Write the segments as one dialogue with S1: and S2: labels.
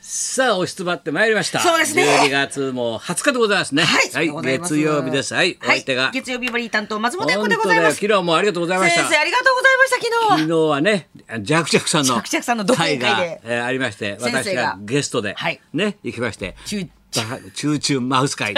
S1: さあ、押しつばってまいりました。
S2: そうですね
S1: 12月も20日でございますね。
S2: はい、そうでございます
S1: 月曜日です。はい、お相手が。
S2: 月曜日バリー担当松本
S1: 本
S2: 役
S1: 当
S2: でござい
S1: だよ
S2: ます。
S1: 昨
S2: 先
S1: 日もありがとうございました。
S2: 生ありがとうございました昨
S1: 昨
S2: 日は。
S1: 日はね、ジャクジャクさんの
S2: ジャクジャクさんの同好会で
S1: 会がえーありまして、
S2: 先
S1: 私
S2: 生が
S1: がゲストで
S2: はい
S1: ね、行きまして、
S2: チュー
S1: バカチューチューマウス 会。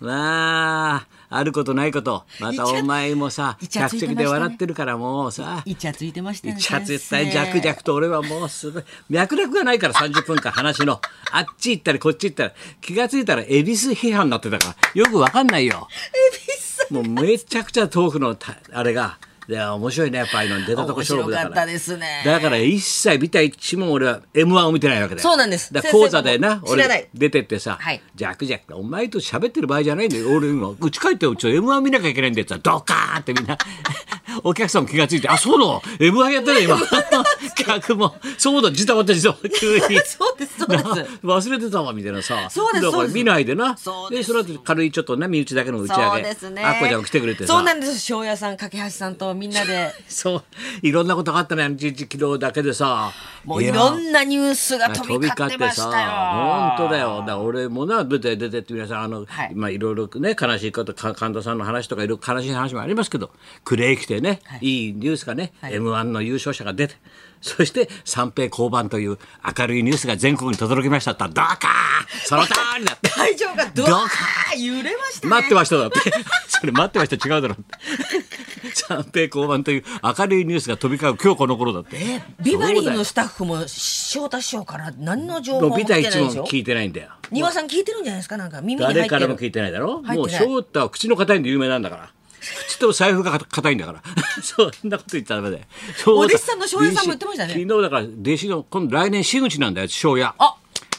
S1: まあ、あることないこと、またお前もさ、
S2: いちゃつ
S1: 客
S2: い
S1: 席
S2: てましたね
S1: で笑ってるからもうさ、
S2: イチャついてましたね。
S1: いちゃ絶対
S2: 先
S1: ジ
S2: 生
S1: ャクジャクと俺はもうすごい脈絡がないから30分間話のあっち行ったりこっち行ったら気がついたら恵比寿批判になってたからよくわかんないよ
S2: 恵比寿
S1: もうめちゃくちゃトークのたあれがいや面白いねやっぱああいうの出たとこ勝負だから
S2: 面白かったですね
S1: だから一切見た一問俺は m 1を見てないわけだよ
S2: そうなんです
S1: だから
S2: 先生も
S1: 講座でな
S2: 知らない
S1: 俺出てってさ、
S2: はい
S1: ジャクジャクお前と喋ってる場合じゃないんだよ俺今うち帰ってうち m 1見なきゃいけないんだよって言ったらドカーンってみんな お客さんも気がついてあそうだ m 1やって る今客もそうだ自たまった自たまった急に
S2: そうですそうです。
S1: 忘れてたわみたいなさ
S2: そうです
S1: だか
S2: そう
S1: ら
S2: です
S1: 見ないでな
S2: そう
S1: で
S2: です
S1: その後軽いちょっとね身内だけの打ち上げ
S2: そうですね。
S1: あっこちゃんも来てくれてさ
S2: そうなんです。庄屋さん、架橋さんとみんなで。
S1: そういろんなことがあったね一日昨日だけでさ
S2: もういろ
S1: なん
S2: なニュースが飛
S1: 飛
S2: び
S1: び
S2: 交
S1: 交
S2: っ
S1: ってて
S2: ました
S1: さ
S2: よ。
S1: 本当だよだから俺もな出て出てって皆さんあの、
S2: はい
S1: まあいろいろね悲しいことか神田さんの話とかいろいろ悲しい話もありますけどクレー来てね、い、いニュースがね、m 1の優勝者が出てそして三平降板という明るいニュースが全国に轟きましたったらドカーその通り だって
S2: 会場がド
S1: ドカ
S2: カー揺れましたね。
S1: 待ってましただって。 それ待ってました違うだろうって。 三平降板という明るいニュースが飛び交う今日この頃だって。
S2: ビバリーの
S1: そ
S2: スタッフも翔太師匠から何の情
S1: うだよ
S2: 報も
S1: もうビ
S2: 来
S1: タ
S2: てな
S1: 一
S2: いでし
S1: 問
S2: ょ。
S1: 聞いてないんだよ。
S2: 庭さん聞いてるんじゃないですかなんか耳に入っ
S1: 誰
S2: てる。
S1: からも聞いてないだろ
S2: 入
S1: も
S2: っ
S1: う
S2: てない
S1: 翔太は口の硬いんで有名なんだから口と財布が硬いんだ からそんなこと言ったらダメだよお
S2: お弟子さんの翔也さんも言ってましたね
S1: 昨日だから弟子の今度来年真打ちなんだよ翔也
S2: あ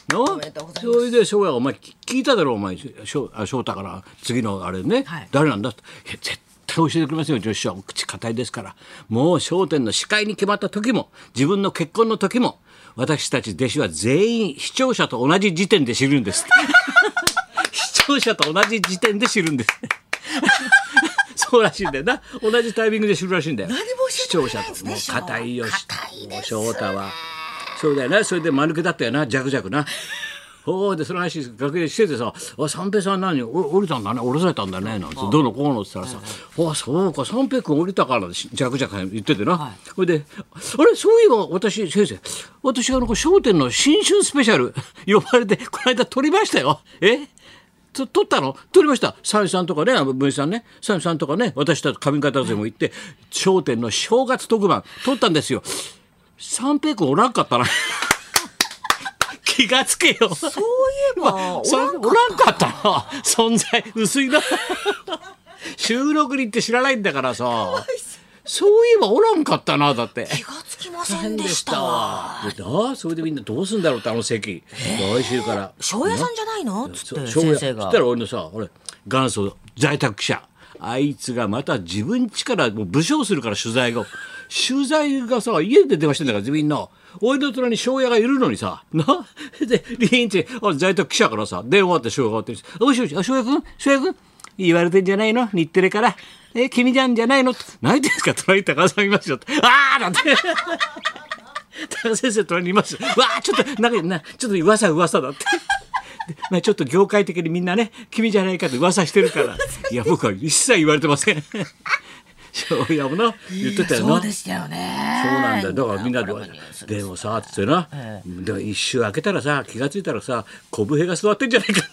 S1: なお
S2: めでとうございます
S1: それで翔也がお前聞聞いただろお前翔あ翔太から次のあれね、
S2: はい
S1: 誰なんだっていや絶対教えてくれますよ女子は口硬いですからもう『笑点』の司会に決まった時も自分の結婚の時も私たち弟子は全員視聴者と同じ時点で知るんですって 視聴者と同じ時点で知るんです。 そうらしいんだよな。同じタイミングで知るらしいんだよ。
S2: 何も
S1: 視
S2: 教
S1: 聴者
S2: えてくれないんです
S1: と。
S2: ね
S1: もう硬いよ。
S2: 硬いですね
S1: もう翔太は。そうだよな。それで間抜けだったよな。弱弱な。ほうでその話楽屋でしててさ「あ三平さん何お降りたんだね降ろされたんだね」なんてどうのこうのって言ったらさ「あそうか三平君降りたから」し弱々言っててな、それで「あれそういえば私先生私あの『笑点』の新春スペシャル 呼ばれてこの間撮りましたよえと撮ったの撮りました三枝さんとかね文枝さんね三枝さんとかね私たち上方勢も行って『笑点』の正月特番撮ったんですよ三平君おらんかった な気がつけよ
S2: そういえば、お
S1: そ
S2: ら
S1: れ
S2: ん
S1: おらんかったな存在薄いな収録に行って知らないんだからさそういえばおらんかったなだって
S2: 気がつきませんでしたわ。
S1: でなあそれでみんなどうすんだろうってあの席来週から
S2: 庄屋さんじゃないのつって
S1: そう
S2: 先
S1: そ
S2: 生
S1: うや
S2: が
S1: そしたら俺のさ俺元祖在宅記者あいつがまた自分家からもう武将するから取材が取材がさ家で電話してんだからみんな俺の隣に庄屋がいるのにさなでリンチあ在宅記者からさ電話あって庄屋があって「おいしおいしあ庄屋君庄屋君言われてんじゃないの日テレから。え君じゃんじゃないの?」って「泣いてんですか隣に高さんいますよ」って「ああ!」なんて。高田先生隣にいます。わあ、ちょっと、なんか、な、ちょっと噂噂だって。でまあ、ちょっと業界的にみんなね、君じゃないかって噂してるから。いや、僕は一切言われてません。 そういやもな、言ってたよ
S2: そ
S1: な
S2: う。でしたよね。
S1: そうなんだよ。だからみんなで
S2: これもニュース、
S1: でもさ、つってな、でも一周開けたらさ、気がついたらさ、コブヘが座ってんじゃないか。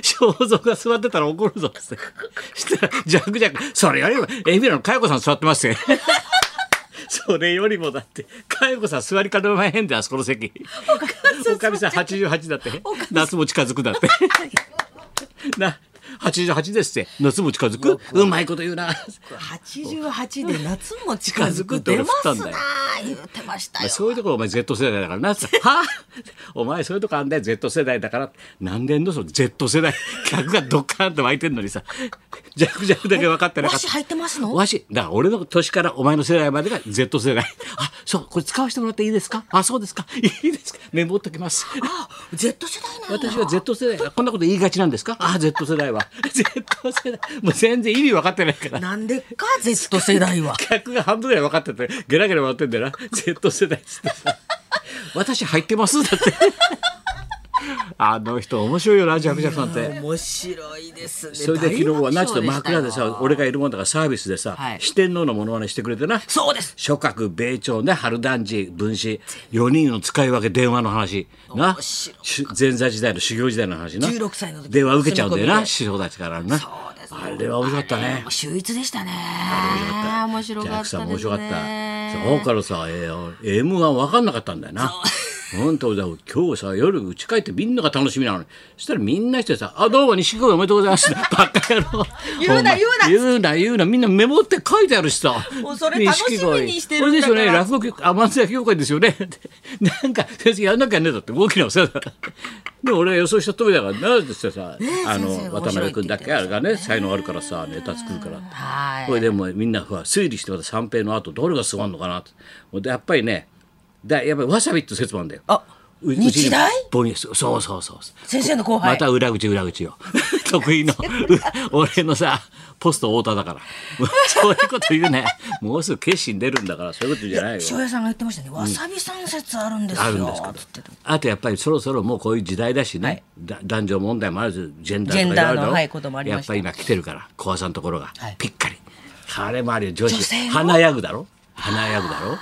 S1: 肖像が座ってたら怒るぞっつって。 したら、ジャックジャック、それよりも、エミラの佳代子さん座ってますよ。 それよりもだって、佳代子さん座り方うまい変で、あそこの席。 おかみさん88だって。夏も近づくだって。な、88ですって。夏も近づくうまいこと言うな。
S2: 八十八で夏も近
S1: づく
S2: づく
S1: って
S2: 出
S1: 俺
S2: ま
S1: 振 ったん
S2: す
S1: だ
S2: な
S1: よ
S2: 言ってました
S1: まあ
S2: よ。
S1: そういうところお前 Z 世代だからなってはあお前そういうとこあんだよ Z 世代だから何年のその Z 世代客がドッカーンと湧いてんのにさジャクジャクだけ分かってなか
S2: わ
S1: った
S2: し入ってますの？
S1: わしだから俺の年からお前の世代までが Z 世代あそうこれ使わせてもらっていいですかあそうですかいいですかメモっときます
S2: あ、Z 世代なんだ。
S1: 私は Z 世代こんなこと言いがちなんですか あ Z 世代は Z 世代 もう全然意味分かってないから
S2: なんで か Z 世代は。
S1: 客が半分ぐらい分かっててゲラゲラ笑ってんだよな Z 世代っつってさ「私入ってます」だってあの人面白いよなジャクジャクさんって。
S2: 面白いですね。
S1: それで昨日はなちと枕でさ
S2: 大爆笑したよ
S1: 俺がいるもんだからサービスでさ、
S2: はい
S1: 四天王のものまねしてくれてな
S2: そうです。
S1: 諸角米朝ね春団治文子4人の使い分け電話の話な
S2: 面白か
S1: し前座時代の修行時代の話な
S2: 16歳の時
S1: 電話受けちゃうんだよな師
S2: 住
S1: 匠たちからな
S2: そうです
S1: あれは面白かったね
S2: 秀逸でしたね。面白
S1: ジ
S2: か
S1: ャッ
S2: っ
S1: クさ
S2: た
S1: ん
S2: で
S1: 面
S2: す
S1: 白かったそう
S2: ね。
S1: からさ、えー、M1 分かんなかったんだよな本当だ今日さ夜家帰ってみんなが楽しみなのにそしたらみんなしてさ「あどうも錦鯉おめでとうございます」バカ野郎
S2: 言うな
S1: お前
S2: 言うな
S1: 言うな言うなみんなメモって書いてあるしさ
S2: もうそれ楽しみにしてる
S1: こ
S2: ん
S1: れで
S2: だ
S1: す
S2: から
S1: よね落語協あ漫才協会ですよね なんか先生やんなきゃねえだって大きなお世話だで俺は予想した通りだからなぜでさ、あ
S2: 先生
S1: の
S2: が
S1: 渡
S2: 面白いって言ってましたね
S1: 辺君だっけあれがね才能あるからさネタ作るから。
S2: は
S1: これでもうみんなほら推理してまた三平の後どれがすごいのかなともうでやっぱりねだやっぱりわさびって説もあるんだよ
S2: あ
S1: う
S2: 日
S1: うちにも
S2: 大
S1: ぼんやりそうそうそうそう
S2: い。先生の後輩。
S1: また裏口裏口よ 得 意のう俺のさポスト太田だからもうそういうこと言うねもうすぐ決心出るんだからそういうことじゃないよ
S2: 塩屋さんが言ってましたね。わさび三節あるんですよ。
S1: あるんですけど
S2: つってた
S1: あとやっぱりそろそろもうこういう時代だしね、だ男女問題もあるしジェンダーとかいろいろある
S2: ジェンダーのはいこともあ
S1: ろ
S2: り
S1: や
S2: ま
S1: っ
S2: し
S1: ぱ
S2: た
S1: り今来てるから小さんのところが、
S2: はい
S1: ぴっかりあれもあるよ女子
S2: 女性の
S1: 花屋具だろ花屋具だろ
S2: あ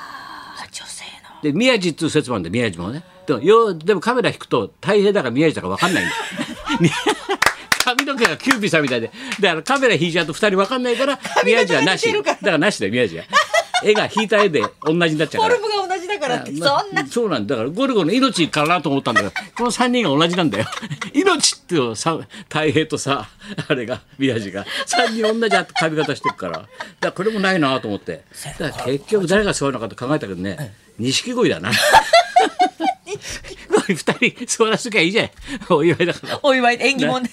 S2: 女性の。
S1: で宮地っつう説もあるんで宮地もねでもようでもカメラ引くと大平だか宮地だか分かんないん だよ髪の毛がキューピーさんみたいでだからカメラ引いちゃうと二人分かんないから宮地はなし
S2: 似
S1: だ
S2: てるから
S1: からなしだよ宮地は絵が引いた絵で同じになっちゃうか
S2: フォ
S1: ら
S2: ルムが同じだからって。そん
S1: まあ
S2: な。
S1: そうなんだだからゴルゴの命かなと思ったん だけどこの3人が同じなんだよ命っていうのはさ太平とさあれが宮治が3人同じ髪型してるからだからこれもないなと思ってだから結局誰が座るのかって考えたけどね錦鯉 だな錦鯉2人座らせときゃいいじゃんお祝いだから。
S2: お祝い演技もね。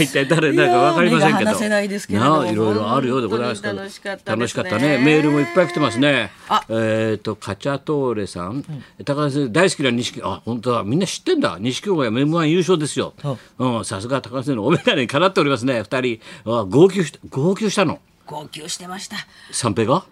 S1: 一体誰だかわかりませんけ
S2: いやー目が
S1: ど。
S2: 離せないですけれども
S1: なあいろいろあるようでございますけど。
S2: 本当に楽しかったですね
S1: 楽しかったねメールもいっぱい来てますね
S2: あ。
S1: えっ、とカチャトーレさん、高田先生大好きな錦あ本当だみんな知ってんだ錦鯉が M1 優勝ですよ。うんさすが高田先生のお眼鏡にかなっておりますね二人あ号泣した号泣したの
S2: 号泣してました。
S1: 三平 が。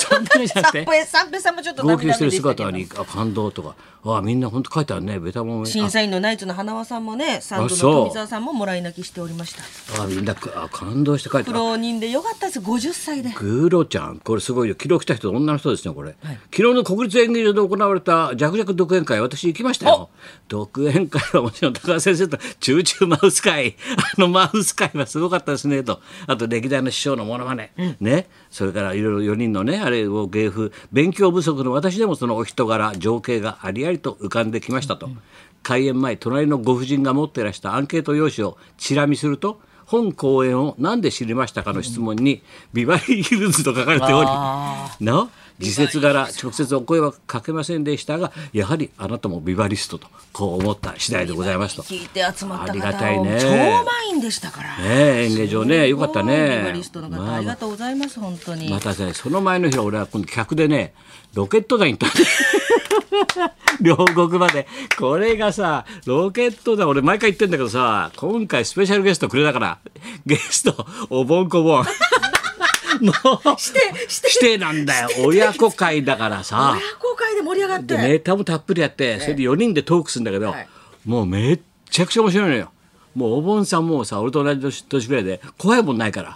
S1: 三平じゃなく
S2: 三
S1: て。
S2: 平三平さんもちょっと
S1: 号泣
S2: 涙
S1: して
S2: 目
S1: る
S2: でしたけど
S1: 姿にあ感動とかあみんな本当書いてあるねベタもんあ
S2: 審査員のナイツの花輪さんもね、サンドの富澤さんももらい泣きしておりました。
S1: あみんなあ感動して書いて
S2: 苦
S1: ある
S2: 労人でよかったです。50歳で。
S1: グーロちゃん、これすごいよ。昨日来た人、女の人ですね、これ。昨日の国立演芸場で行われたジャクジャク独演会、私行きましたよ。独演会はもちろん高橋先生と、チューチューマウス会、 あのマウス会はすごかったですね、と。あと、歴代の師匠のモノマネ、ね。それから、いろいろ4人のね、あれを芸風、勉強不足の私でもそのお人柄、情景がありありと浮かんできましたと。開演前、隣のご婦人が持っていらしたアンケート用紙をチラ見すると、本公演をなんで知りましたかの質問に「ビバリーヒルズ」と書かれておりな自説柄直接お声はかけませんでしたがやはりあなたもビバリストとこう思った次第でございますと。ね
S2: 聞いて集まっ
S1: あ
S2: た方
S1: りがたいね
S2: 超満員でしたから。
S1: え演芸場ねよかった
S2: リバ
S1: ね
S2: リストの。方
S1: ま
S2: あ
S1: あ
S2: りがとうございます本当に。
S1: またねその前の日は俺は今度客でねロケット団行ったんだ 両国までこれがさロケット団俺毎回言ってんだけどさ今回スペシャルゲストくれたからゲストおぼんこぼんもうして
S2: して
S1: なんだよ親子会だからさ
S2: 親公開で盛り上がって。
S1: でネタもたっぷりやってそれで4人でトークするんだけど、
S2: はい
S1: もうめっちゃくちゃ面白いのよもうお盆さんもさ俺と同じ年年ぐらいで怖いもんないから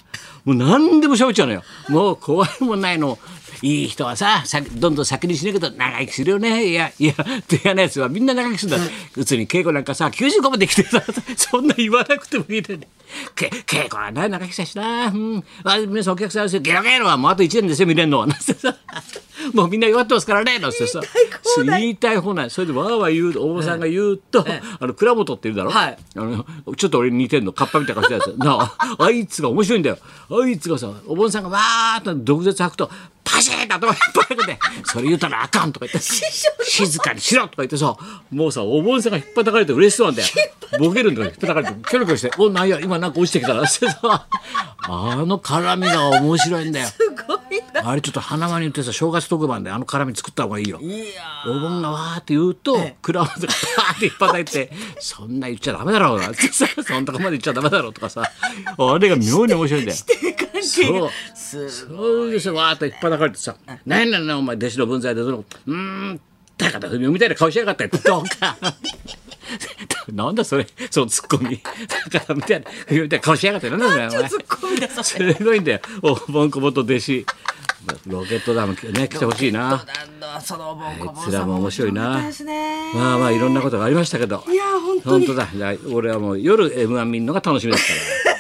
S1: もう何でも喋っちゃうのよもう怖いもんないのいい人はささどんどん先にしないけど長生きするよねいやいや手やなやつはみんな長生きするんだうつに稽古なんかさ95まで来てさそんな言わなくてもいいのにけ稽古はな長生きしたしな、うん、あ皆さんお客さんですよゲロゲロはもうあと1年ですよ見れるのはなんてさもうみんな弱ってますからねなんてさ
S2: 放題
S1: 言いたい放題それでわーわー言う大場さんが言うと、あの倉本っているだろ、
S2: はい
S1: あのちょっと俺に似てんのカッパみたいな顔してたやつなあ あいつが面白いんだよあいつがさお盆さんがわーっと毒舌吐くとパシーッと頭引っ張られて「それ言うたらあかん」とか言って「静かにしろ」とか言ってさもうさお盆さんが引っ張たかれて嬉しそうなんだよボケるんだよ引っ張たかれてキョロキョロして「おなんや今なんか落ちてきたな」ってさあの絡みが面白いんだよ。
S2: すごいな。
S1: あれちょっと花輪に言ってさ正月特番であの絡み作った方がいいよ。
S2: いやー。
S1: お盆がわーって言うと、蔵本がパーって引っ叩い て、そんな言っちゃダメだろうなってさ、そんなとこまで言っちゃダメだろうとかさ、あれが妙に面白いんだよ。
S2: 関係
S1: そう
S2: が。す
S1: それでさ、わーっと引っ叩かれてさ、なんなんなんお前弟子の分際でその、うーん、高田文夫みたいな顔しやがったよ、どうか。 なんだそれ、そのツッコミ。だからみたいな、みたいな顔しやがって、なんだそれ、お前
S2: ツッコミだそ れ。
S1: 鋭いんだよ。お、ボンコボと弟子。ロケットダムね、来てほしいな。
S2: そのボンコボンさ
S1: あ
S2: ん
S1: いつらも面白いな
S2: 面ですね
S1: まあまあ、いろんなことがありましたけど。
S2: いや本当
S1: 本
S2: に
S1: 当だ。じゃあ俺はもう夜 M1 見るのが楽しみです か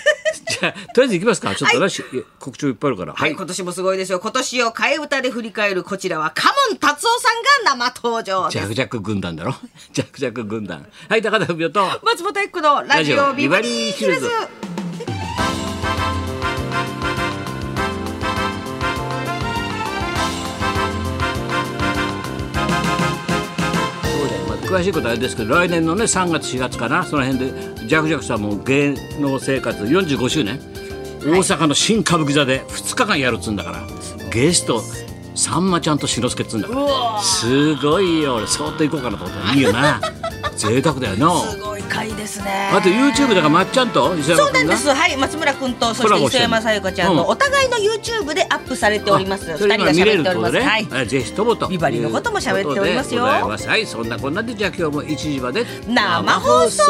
S1: ら。じゃあ、とりあえず行きますか。ちょっと私、告知いっぱいあるから。
S2: はい、今年もすごいですよ。今年を替え歌で振り返るこちらは、カモン達夫さんが生登場
S1: ジ
S2: です。
S1: ャクジャク軍団だろ。ジャクジャク軍団。はい、高田文夫と。
S2: 松本エックのラジオビバリーヒルズ
S1: ラジ。そうだよまあ詳しいことはあれですけど、来年のね、3月4月かな、その辺で、ジャクジャクさんも芸能生活45周年。大阪の新歌舞伎座で2日間やるっつうんだから、ゲスト。さんまちゃんとしのすけっつうんだか
S2: うわ
S1: らすごいよ俺そーっと行こうかなと思ったいいよ な贅沢だよな
S2: すごい回ですね。
S1: あと YouTube だからまっちゃんと磯
S2: そ
S1: 山
S2: うな
S1: 君
S2: ん
S1: が
S2: です。はい、松村君と、そ
S1: コ
S2: し
S1: ラ
S2: て
S1: ボし
S2: 磯
S1: てる
S2: 山さゆかちゃん
S1: うん
S2: のお互いの YouTube でアップされております。二
S1: それ
S2: 人が
S1: 見れ
S2: 喋
S1: る
S2: っており
S1: こ
S2: ま
S1: とで
S2: す。
S1: ね、
S2: はい。
S1: はい、ぜひともと
S2: ビバリーのことも喋っておりますよ
S1: いうことでございますはい、そんなこんなでじゃあ今日も1時まで
S2: 生放送。